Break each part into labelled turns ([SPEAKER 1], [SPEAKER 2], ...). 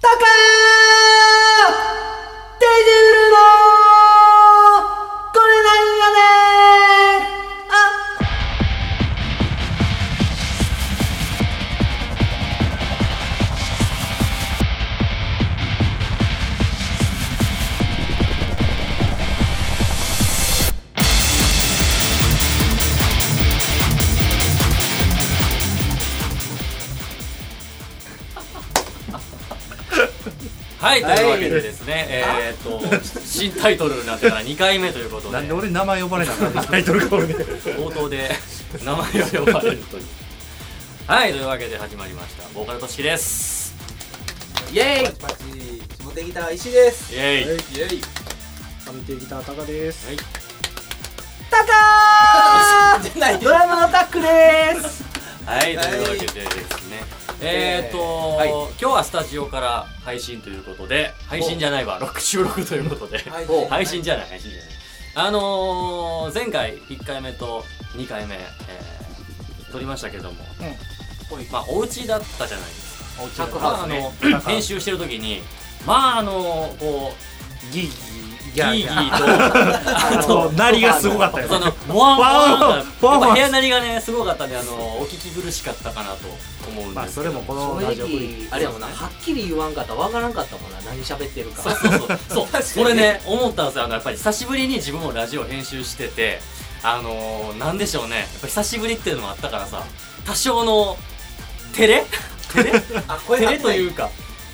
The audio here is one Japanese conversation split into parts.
[SPEAKER 1] タカデイジフルのこれなんやねあ
[SPEAKER 2] はい、というわけでですね、えーっと、新タイトルになってから2回目ということで、
[SPEAKER 3] なんで俺名前呼ばれなあかった
[SPEAKER 4] タイトルコールで
[SPEAKER 2] 冒頭で名前を呼ばれるという。はい、というわけで始まりました。ボーカルとしきです。
[SPEAKER 1] イェイパチ下手ギター石です
[SPEAKER 2] イェイ、
[SPEAKER 4] はい上手ギタータカです
[SPEAKER 2] はい
[SPEAKER 1] タカドラムのタックです
[SPEAKER 2] はい、というわけでですね、えーっと、
[SPEAKER 1] はい
[SPEAKER 2] 今日はスタジオから配信ということで、配信じゃないわ、録収録ということで、
[SPEAKER 1] お
[SPEAKER 2] 配信じゃない、配信じゃない。あのー、前回1回目と2回目、えー撮りましたけども、まあ、お家だったじゃないですか。
[SPEAKER 1] 宅
[SPEAKER 2] まああの編集してる時にまああのこ
[SPEAKER 3] ギーギー
[SPEAKER 2] うギ
[SPEAKER 3] ギャ
[SPEAKER 2] ー
[SPEAKER 3] ー
[SPEAKER 2] ギ
[SPEAKER 3] ギャー
[SPEAKER 2] ーとあ
[SPEAKER 4] そう
[SPEAKER 2] と
[SPEAKER 4] なりがすごかったよ
[SPEAKER 2] そのモワ
[SPEAKER 3] ワ
[SPEAKER 2] ンモワン
[SPEAKER 3] ンワン
[SPEAKER 2] がやっぱ部屋なりがねすごかったんであのお聞き苦しかったかなと思うん
[SPEAKER 3] まあ
[SPEAKER 2] です
[SPEAKER 3] そ
[SPEAKER 2] け
[SPEAKER 3] れ
[SPEAKER 2] ど
[SPEAKER 3] もこの
[SPEAKER 5] 正
[SPEAKER 3] ラジオクリッ
[SPEAKER 5] 直あれやもんなはっきり言わんかったらわからんかったもんな何喋ってるか
[SPEAKER 2] そうそうそうそうそれね思ったんですよあのやっぱり久しぶりに自分もラジオ編集しててあのー、なんでしょうねやっぱ久しぶりっていうのもあったからさ多少の照れ照れ
[SPEAKER 1] あ
[SPEAKER 2] 照れというか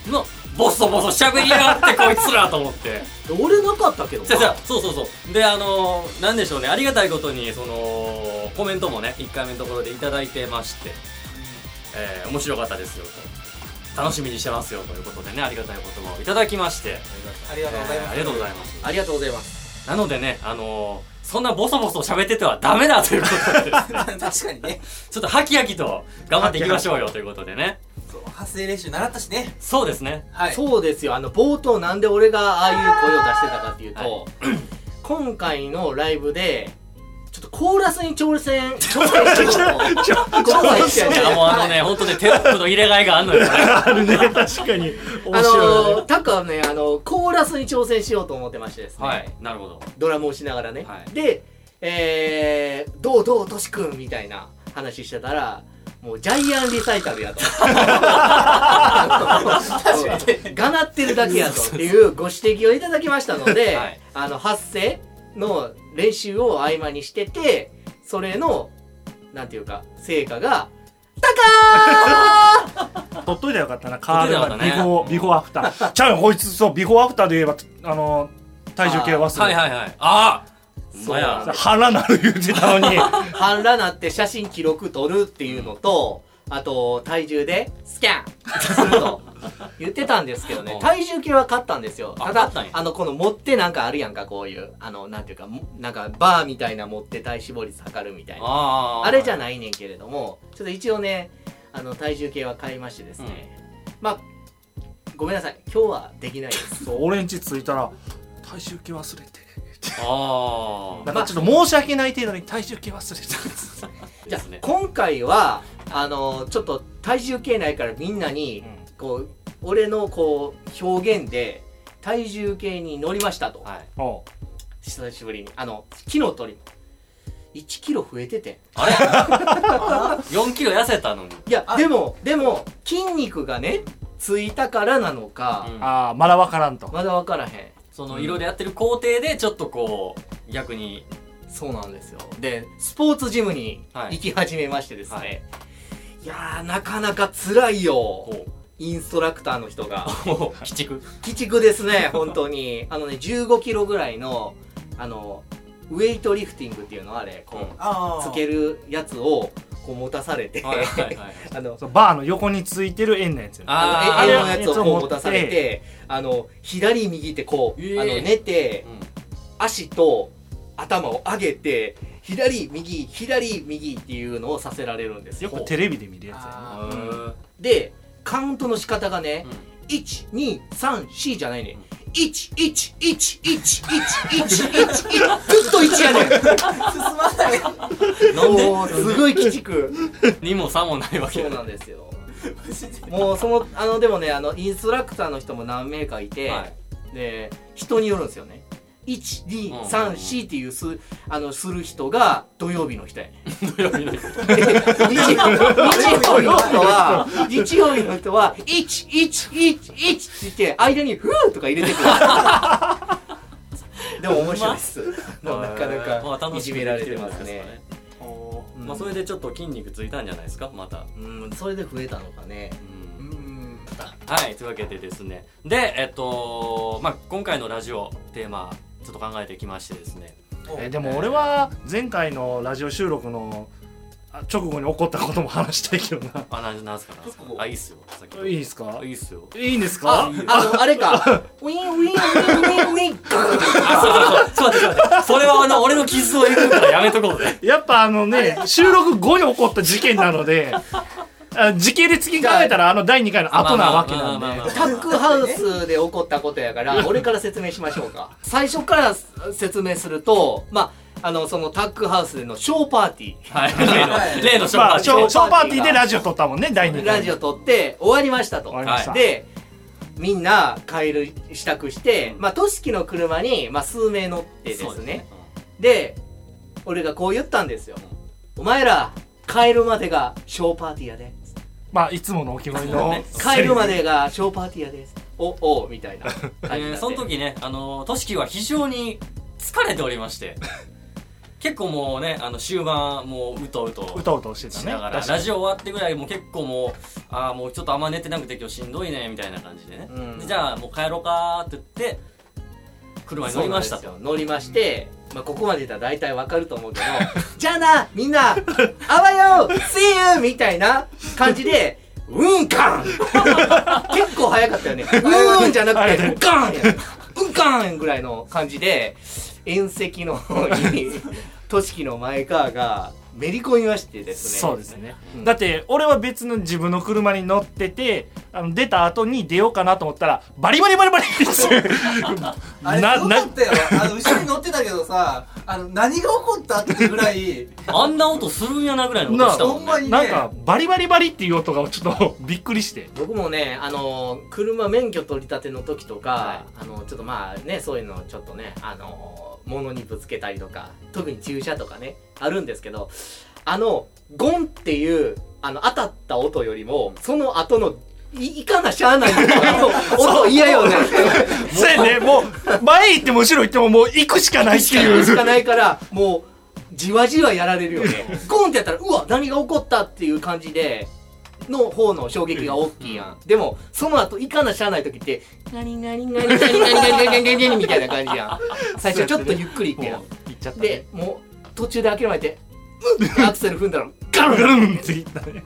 [SPEAKER 2] のボソボソしゃべりやがってこいつらと思って
[SPEAKER 5] 俺なかったけどな
[SPEAKER 2] そうそうそうそうであのーなんでしょうねありがたいことにそのコメントもね1回目のところでいただいてまして、えー面白かったですよと楽しみにしてますよということでねありがたい言葉をいただきまして
[SPEAKER 1] ありがとうござい
[SPEAKER 2] えー
[SPEAKER 1] ま
[SPEAKER 2] あ
[SPEAKER 1] す
[SPEAKER 2] りがとうございます
[SPEAKER 5] ありがとうございます
[SPEAKER 2] なのでねあのーそんなボソボソ喋っててはダメだということで ですね
[SPEAKER 1] 確かにね
[SPEAKER 2] ちょっとハキハキと頑張っていきましょうよということでね
[SPEAKER 1] そう発声練習習ったしね
[SPEAKER 2] そうですね
[SPEAKER 1] は
[SPEAKER 5] そうですよあの冒頭なんで俺がああいう声を出してたかっていうと、
[SPEAKER 2] は
[SPEAKER 5] 今回のライブでちょっとコーラスに挑戦挑戦してきたのコーラス
[SPEAKER 2] い
[SPEAKER 5] やね
[SPEAKER 2] やもうあのね本当ねテロップの入れ替えがあんの よね
[SPEAKER 4] あるね確か
[SPEAKER 5] あ
[SPEAKER 4] に面白い
[SPEAKER 5] の
[SPEAKER 4] よ
[SPEAKER 5] ー、
[SPEAKER 4] ね
[SPEAKER 5] タッカーはねあのコーラスに挑戦しようと思ってましてですね、
[SPEAKER 2] はいなるほど
[SPEAKER 5] ドラムをしながらね、
[SPEAKER 2] はい
[SPEAKER 5] で、えー、どうどうとしくんみたいな話してたらもうジャイアンリサイタルやとがなってるだけやとっていうご指摘をいただきましたので、
[SPEAKER 2] はい
[SPEAKER 5] あの発声の練習を合間にしててそれのなんていうか成果が「タカー!
[SPEAKER 4] 取っといたらよかったなカード
[SPEAKER 2] 撮
[SPEAKER 4] が
[SPEAKER 2] っとい
[SPEAKER 4] ビ
[SPEAKER 2] たら
[SPEAKER 4] フ
[SPEAKER 2] よ
[SPEAKER 4] ォービフォーアフターちゃうよこいつそうビフォーアフターで言えばあの体重計忘
[SPEAKER 2] はい
[SPEAKER 4] れ
[SPEAKER 2] はいはいああ
[SPEAKER 5] そう
[SPEAKER 2] まや
[SPEAKER 5] は」
[SPEAKER 4] 腹なる言うてたのに」
[SPEAKER 5] 半裸なって写真記録撮るっていうのと、あと体重でスキャンすると言ってたんですけど
[SPEAKER 2] う
[SPEAKER 5] ね
[SPEAKER 2] ん
[SPEAKER 5] 体重計は買ったんですよ
[SPEAKER 2] あ
[SPEAKER 5] た
[SPEAKER 2] 買
[SPEAKER 5] だ
[SPEAKER 2] ったんや
[SPEAKER 5] あのこの持ってなんかあるやんかこういうあのなんていうかもなんかバーみたいな持って体脂肪率測るみたいな
[SPEAKER 2] あ
[SPEAKER 5] あれじゃ
[SPEAKER 2] ない
[SPEAKER 5] ないねんけれどもちょっと一応ねあの体重計は買いましてですね、まあごめんなさい今日はできないです
[SPEAKER 4] そう俺んち着いたら体重計忘れて
[SPEAKER 2] あ
[SPEAKER 4] なんかちょっと申し訳ない程度に体重計忘れ
[SPEAKER 2] あ
[SPEAKER 5] じゃ
[SPEAKER 2] で
[SPEAKER 5] あ
[SPEAKER 2] すね
[SPEAKER 5] 今回はあのちょっと体重計ないからみんなに、こう俺のこう表現で体重計に乗りましたと、
[SPEAKER 2] はい
[SPEAKER 4] たおう
[SPEAKER 5] 久しぶりにあの昨日取り1キロ増えてて
[SPEAKER 2] あれ4キロ痩せたのに
[SPEAKER 5] いや
[SPEAKER 1] あ
[SPEAKER 5] でもでも筋肉がねついたからなのか、
[SPEAKER 2] うん
[SPEAKER 4] ああまだわからんと
[SPEAKER 5] まだ分からへん
[SPEAKER 2] そのいろいろやってる工程でちょっとこう逆に
[SPEAKER 5] そうなんですよでスポーツジムに
[SPEAKER 2] はい
[SPEAKER 5] 行き始めましてですね、、
[SPEAKER 2] はい
[SPEAKER 5] やーなかなか辛いよ
[SPEAKER 2] こ
[SPEAKER 5] インストラクターの人 が
[SPEAKER 2] うこう鬼畜
[SPEAKER 5] 鬼畜ですね、本当に。あのね、15キロぐらいの、あの、ウェイトリフティングっていうのあれ、こ
[SPEAKER 1] あ
[SPEAKER 5] う、
[SPEAKER 1] ー
[SPEAKER 5] つけるやつを、こう持たされて、
[SPEAKER 2] はいはいはい
[SPEAKER 5] あの、
[SPEAKER 4] そうバーの横についてる円のやつよね
[SPEAKER 5] あ
[SPEAKER 2] あー
[SPEAKER 5] の、絵のやつをこ
[SPEAKER 4] あ
[SPEAKER 5] う
[SPEAKER 4] れ
[SPEAKER 5] 持たされ
[SPEAKER 4] 持って
[SPEAKER 5] て、あの、左右ってこう、
[SPEAKER 2] ええ
[SPEAKER 5] あの、寝て
[SPEAKER 2] う、
[SPEAKER 5] 足と頭を上げて、左右、左右っていうのをさせられるんですよ
[SPEAKER 4] よ。くテレビで見るやつやね
[SPEAKER 1] あ
[SPEAKER 2] ん
[SPEAKER 1] ー
[SPEAKER 2] うん
[SPEAKER 5] で、カウントの仕方がね、1234じゃないね11111111ずっと1やねん
[SPEAKER 1] 進まない
[SPEAKER 2] なんで
[SPEAKER 5] もうすごい鬼畜
[SPEAKER 2] にもさもないわけ
[SPEAKER 5] そう
[SPEAKER 2] だ
[SPEAKER 5] なんですよもうそのあのでもねあのインストラクターの人も何名かいて、
[SPEAKER 2] はい
[SPEAKER 5] で人によるんですよね
[SPEAKER 2] うん
[SPEAKER 5] 1234っていうすあのする人が土曜日の人やね
[SPEAKER 2] 土曜日の人
[SPEAKER 5] 日曜日の人は、日曜日の人は、1111って言って、間にフーとか入れ てくる。でも面白いです。なかな
[SPEAKER 2] まあ
[SPEAKER 5] か
[SPEAKER 2] 楽
[SPEAKER 5] い
[SPEAKER 2] し
[SPEAKER 5] じ
[SPEAKER 2] みに
[SPEAKER 5] め
[SPEAKER 2] で
[SPEAKER 5] ら
[SPEAKER 2] き
[SPEAKER 5] れて
[SPEAKER 2] てるん
[SPEAKER 5] ま
[SPEAKER 2] ですすか
[SPEAKER 5] ね。
[SPEAKER 2] ね
[SPEAKER 5] うん
[SPEAKER 2] まあそれでちょっと筋肉ついたんじゃないですかまた
[SPEAKER 5] うん、それで増えたのかね。
[SPEAKER 2] うん
[SPEAKER 5] うん。
[SPEAKER 2] はい、というわけでですね。で、えっと、まあ、今回のラジオテーマ、ちょっと考えてきましてですね。
[SPEAKER 4] えでも俺は前回のラジオ収録のあ直後に起こったことも話したいけどな
[SPEAKER 2] あ、なん、なんすか、なんすか
[SPEAKER 5] ど。こ
[SPEAKER 2] あ、いいっすよ。さっきの
[SPEAKER 4] いいですか
[SPEAKER 2] いいっすよ。
[SPEAKER 4] いいんですか
[SPEAKER 5] あ、あの、あれか。 ウィンウィンウィンウィンウィン。
[SPEAKER 2] あ、そうそうそう、ちょっと待って、ちょっと待って。それはあの、俺の傷をえぐるからやめとこうぜ。
[SPEAKER 4] やっぱあのね収録後に起こった事件なのであ時系列的に考えたらあの第2回の後なわけなん
[SPEAKER 2] まあまあまあまあまあ
[SPEAKER 4] で
[SPEAKER 5] タックハウスで起こったことやから、俺から説明しましょうか。最初から説明すると、まあ、あの、そのタックハウスでのショーパーティー。
[SPEAKER 2] はい、例の、例のショー
[SPEAKER 4] ま
[SPEAKER 2] パー
[SPEAKER 4] あシ
[SPEAKER 2] ティ
[SPEAKER 4] ョ
[SPEAKER 2] ー
[SPEAKER 4] ーショーパーティーでラジオ撮ったもんね第2回
[SPEAKER 5] ラジオ撮って終わりましたと。
[SPEAKER 4] 終わりました
[SPEAKER 5] で、みんな帰る支度して、まあ、都市の車に、まあ、数名乗ってですね。
[SPEAKER 2] そう
[SPEAKER 5] で。俺がこう言ったんですよ。お前ら、帰るまでがショーパーティーやで。
[SPEAKER 4] まあいつものお決まり
[SPEAKER 2] そう
[SPEAKER 4] の
[SPEAKER 2] ね
[SPEAKER 5] 帰るまでがショーパーティーやで。お、お、みたいな感じに
[SPEAKER 2] え
[SPEAKER 5] なって。
[SPEAKER 2] ーその時ね、あの、としきは非常に疲れておりまして。結構もうね、あの、終盤、もう、うとうと。
[SPEAKER 4] うとうとしてた
[SPEAKER 2] し
[SPEAKER 4] ね
[SPEAKER 2] ながら、
[SPEAKER 4] 確か
[SPEAKER 2] ラ
[SPEAKER 4] に
[SPEAKER 2] ジオ終わってぐらいもう結構もうああもうちょっとあんま寝てなくて今日しんどいねみたいな感じでね、
[SPEAKER 5] うん
[SPEAKER 2] でじゃあもう帰ろうかって言って車に乗りました
[SPEAKER 5] そう
[SPEAKER 2] と
[SPEAKER 5] なんですよ乗りまして、まあ、ここまでいったら大体わかると思うけど じゃあなみんなあわよ See you! みたいな感じでうんかん結構早かったよねうんじゃなくてうんかんやうんかんぐらいの感じで縁石の方 にとしきの前川がめり込みましてですね
[SPEAKER 4] そうですね、
[SPEAKER 5] うん
[SPEAKER 4] だって俺は別の自分の車に乗っててあの出た後に出ようかなと思ったらバリバリバリバリって
[SPEAKER 6] あれ
[SPEAKER 4] な
[SPEAKER 6] すご
[SPEAKER 4] な
[SPEAKER 6] かったよあの後ろに乗ってたけどさあの何が起こったっていうぐらい
[SPEAKER 2] あんな音するんやなぐらいの音したもんね
[SPEAKER 6] なあほんまに
[SPEAKER 4] なんかバリバリバリっていう音がちょっとびっくりして
[SPEAKER 5] 僕もね、あのー車免許取り立ての時とか、
[SPEAKER 2] は
[SPEAKER 5] あのちょっとまあねそういうのをちょっとね、あのー物にぶつけたりとか特に駐車とかねあるんですけどあのゴンっていうあの当たった音よりもその後のいいかなしゃあないみたいなあ の音嫌よね
[SPEAKER 4] そうやねもう前行っても後ろ行ってももう行くしかないっていう
[SPEAKER 5] しかないからもうじわじわやられるよねゴンってやったらうわ何が起こったっていう感じでの方の衝撃が大きいやん、でもその後いかなしゃあない時ってガリガリガリガリガリガリガリガリガリガリみたいな感じやん最初ちょっとゆっくりいくやん
[SPEAKER 4] もう行っちゃったね
[SPEAKER 5] でもう途中で諦めてうんってアクセル踏んだら
[SPEAKER 4] ガルガルンって行ったね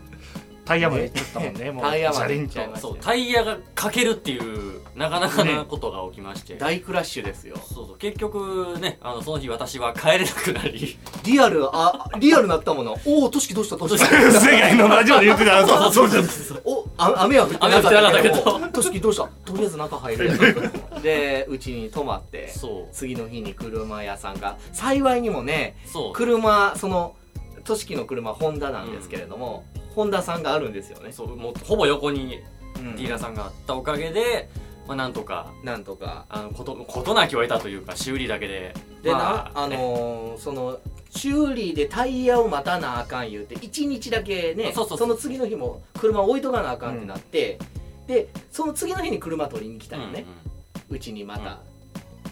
[SPEAKER 4] タイヤまで行っちゃったもんねもう
[SPEAKER 5] タイヤまで
[SPEAKER 4] ジャリ
[SPEAKER 5] 行っ
[SPEAKER 4] ン
[SPEAKER 5] ちゃいま
[SPEAKER 4] と
[SPEAKER 5] した
[SPEAKER 2] そう
[SPEAKER 5] ね
[SPEAKER 2] タイヤがかけるっていうなかなかなことが起きまして、
[SPEAKER 5] 大クラッシュですよ
[SPEAKER 2] そうそう結局ねあのその日私は帰れなくなり
[SPEAKER 5] リアルあリアルなったものおおとしきどうしたどうした
[SPEAKER 4] 世界のラジオで言ってた そうそうそう
[SPEAKER 5] おあ雨は降ってな
[SPEAKER 2] 雨は降
[SPEAKER 5] か
[SPEAKER 2] っ
[SPEAKER 5] ってたけ
[SPEAKER 2] なか
[SPEAKER 5] ど
[SPEAKER 2] ったけ
[SPEAKER 5] と
[SPEAKER 2] ど
[SPEAKER 5] しきどうしたとりあえず中入るでうちに泊まって
[SPEAKER 2] そう
[SPEAKER 5] 次の日に車屋さんが幸いにもね
[SPEAKER 2] そう
[SPEAKER 5] 車そのとしきの車ホンダなんですけれども、ホンダさんがあるんですよね、
[SPEAKER 2] そうもうほぼ横に
[SPEAKER 5] うん
[SPEAKER 2] ディーラーさんがあったおかげで、まあ、なんとか
[SPEAKER 5] なんとか
[SPEAKER 2] あのことことなきを得たというか修理だけで
[SPEAKER 5] でな、
[SPEAKER 2] ま
[SPEAKER 5] あのーその修理でタイヤを待たなあかん言うて1日だけね
[SPEAKER 2] そうそうそう
[SPEAKER 5] の次の日も車置いとかなあかんってなって、でその次の日に車取りに来た
[SPEAKER 2] うん
[SPEAKER 5] よ
[SPEAKER 2] うん
[SPEAKER 5] ね、うちにまた、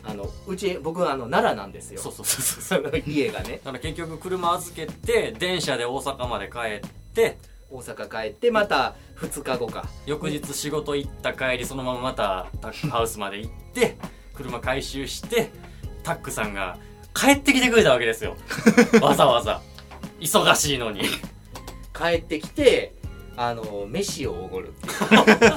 [SPEAKER 5] あのうち僕はあの奈良なんですよ
[SPEAKER 2] そうそうそうそう
[SPEAKER 5] その 家がね
[SPEAKER 2] だから結局車預けて電車で大阪まで帰って
[SPEAKER 5] 大阪帰ってまた2日後か
[SPEAKER 2] 翌日仕事行った帰りそのまままたタックハウスまで行って車回収してタックさんが帰ってきてくれたわけ ですよわざわざ忙しいのに
[SPEAKER 5] 帰ってきてあの飯をおごるっていう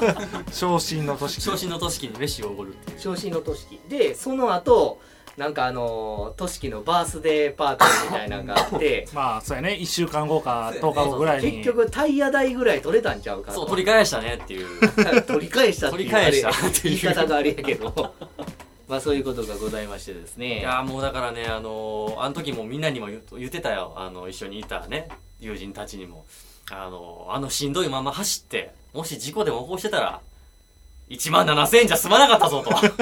[SPEAKER 4] 昇進の 年
[SPEAKER 2] 昇進の年に飯をおごるっていう
[SPEAKER 5] 昇進のとしきでその後なんかあのとしきのバースデーパーティーみたいなのがあって
[SPEAKER 4] まあそうやね1週間後か10日後ぐらいに
[SPEAKER 5] 結局タイヤ代ぐらい取れたんちゃうかと
[SPEAKER 2] そう取り返したねっていう
[SPEAKER 5] 取り返したっていう
[SPEAKER 2] 取り返したってい
[SPEAKER 5] 言
[SPEAKER 2] う
[SPEAKER 5] い方があれやけどまあそういうことがございましてですね
[SPEAKER 2] いやーもうだからねあのーあの時もみんなにも言う言ってたよあの一緒にいたね友人たちにもあのーあのしんどいまま走ってもし事故でも起こしてたら、1万7000円じゃ済まなかったぞと。 い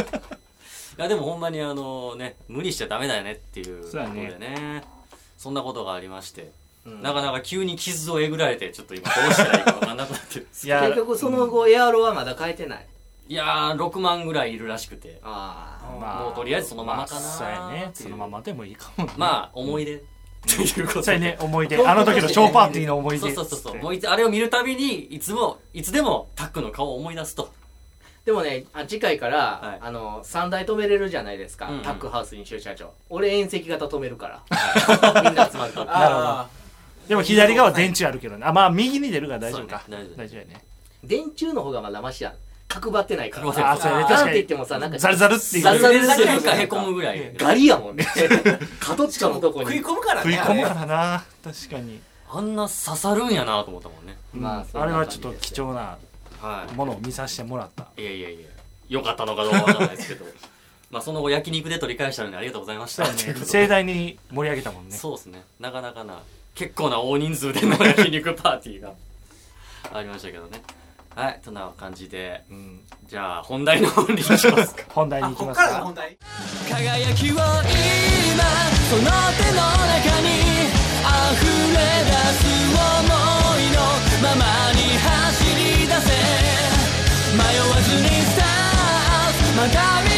[SPEAKER 2] や、でもほんまにあのね、無理しちゃダメだよねっていうこと
[SPEAKER 4] そう
[SPEAKER 2] で
[SPEAKER 4] やね
[SPEAKER 2] ね。そんなことがありまして、なかなか急に傷をえぐられて、ちょっと今どうしたらいいかわかんなくなってるんです
[SPEAKER 4] い
[SPEAKER 2] けど
[SPEAKER 4] や
[SPEAKER 5] 結局その後エアロはまだ変えてない
[SPEAKER 2] いやー、6万ぐらいいるらしくて。
[SPEAKER 5] あ
[SPEAKER 4] まあ
[SPEAKER 2] もうとりあえずそのままかな
[SPEAKER 4] まあそうやね
[SPEAKER 2] ってい
[SPEAKER 4] そうのままでもいいかもね
[SPEAKER 2] まあ、思い出。 ということ
[SPEAKER 4] そう
[SPEAKER 2] で
[SPEAKER 4] や。ね思い出あの時のショーパーティーの思い
[SPEAKER 2] そ
[SPEAKER 4] 出
[SPEAKER 2] うそうそうそう。
[SPEAKER 4] つって
[SPEAKER 2] もういつあれを見るたびに、いつも、いつでもタックの顔を思い出すと。
[SPEAKER 5] あでもねあ次回から、
[SPEAKER 2] はい
[SPEAKER 5] あの3台止めれるじゃないですか、
[SPEAKER 2] うんうん
[SPEAKER 5] タックハウスに駐車場俺遠赤型止めるから みんな集まると
[SPEAKER 6] あ
[SPEAKER 4] でも左側電柱あるけどねあまあ右に出るから大丈夫か
[SPEAKER 2] そうね大丈夫
[SPEAKER 4] 大丈夫やね
[SPEAKER 5] 電柱の方がまだマシやん角張ってないから
[SPEAKER 2] 角張
[SPEAKER 4] あそうやね
[SPEAKER 5] なん
[SPEAKER 4] 確
[SPEAKER 5] て
[SPEAKER 4] か
[SPEAKER 5] 言っ
[SPEAKER 4] に
[SPEAKER 5] てもさなんか
[SPEAKER 4] ザルザルっていう
[SPEAKER 5] ザルザル
[SPEAKER 2] だけなんかへこむぐらい。
[SPEAKER 5] ガリやもんね角っちょのとこ
[SPEAKER 6] ー食い
[SPEAKER 5] に
[SPEAKER 6] 込むから
[SPEAKER 4] 食
[SPEAKER 6] ね
[SPEAKER 4] い込むからな確かに
[SPEAKER 2] あんな刺さるんやなと思ったもんね。
[SPEAKER 5] まあそん
[SPEAKER 4] あ
[SPEAKER 5] な
[SPEAKER 4] れ
[SPEAKER 5] 感
[SPEAKER 4] は
[SPEAKER 5] じ
[SPEAKER 4] ち
[SPEAKER 5] で
[SPEAKER 4] ょ
[SPEAKER 5] す
[SPEAKER 4] っ
[SPEAKER 5] よ
[SPEAKER 4] と貴重な
[SPEAKER 2] は
[SPEAKER 4] ものを見させてもら った
[SPEAKER 2] い。いやいやいや、良かったのかどうかわからないですけど。 まあ、その後焼肉で取り返したのでありがとうございました。ということで
[SPEAKER 4] 盛大に盛り上げたもんね
[SPEAKER 2] そうですね。なかなかな、結構な大人数での焼肉パーティーがありましたけどね。はい、そんな感じで、じゃあ本題の方に行きますか。
[SPEAKER 4] 本題に
[SPEAKER 6] あ
[SPEAKER 4] 行き
[SPEAKER 6] こっ
[SPEAKER 4] ます
[SPEAKER 6] からが
[SPEAKER 4] か
[SPEAKER 6] 本題
[SPEAKER 2] 輝きを今その手の中に溢れ出す想いのままに走り出せ迷わずにさまた見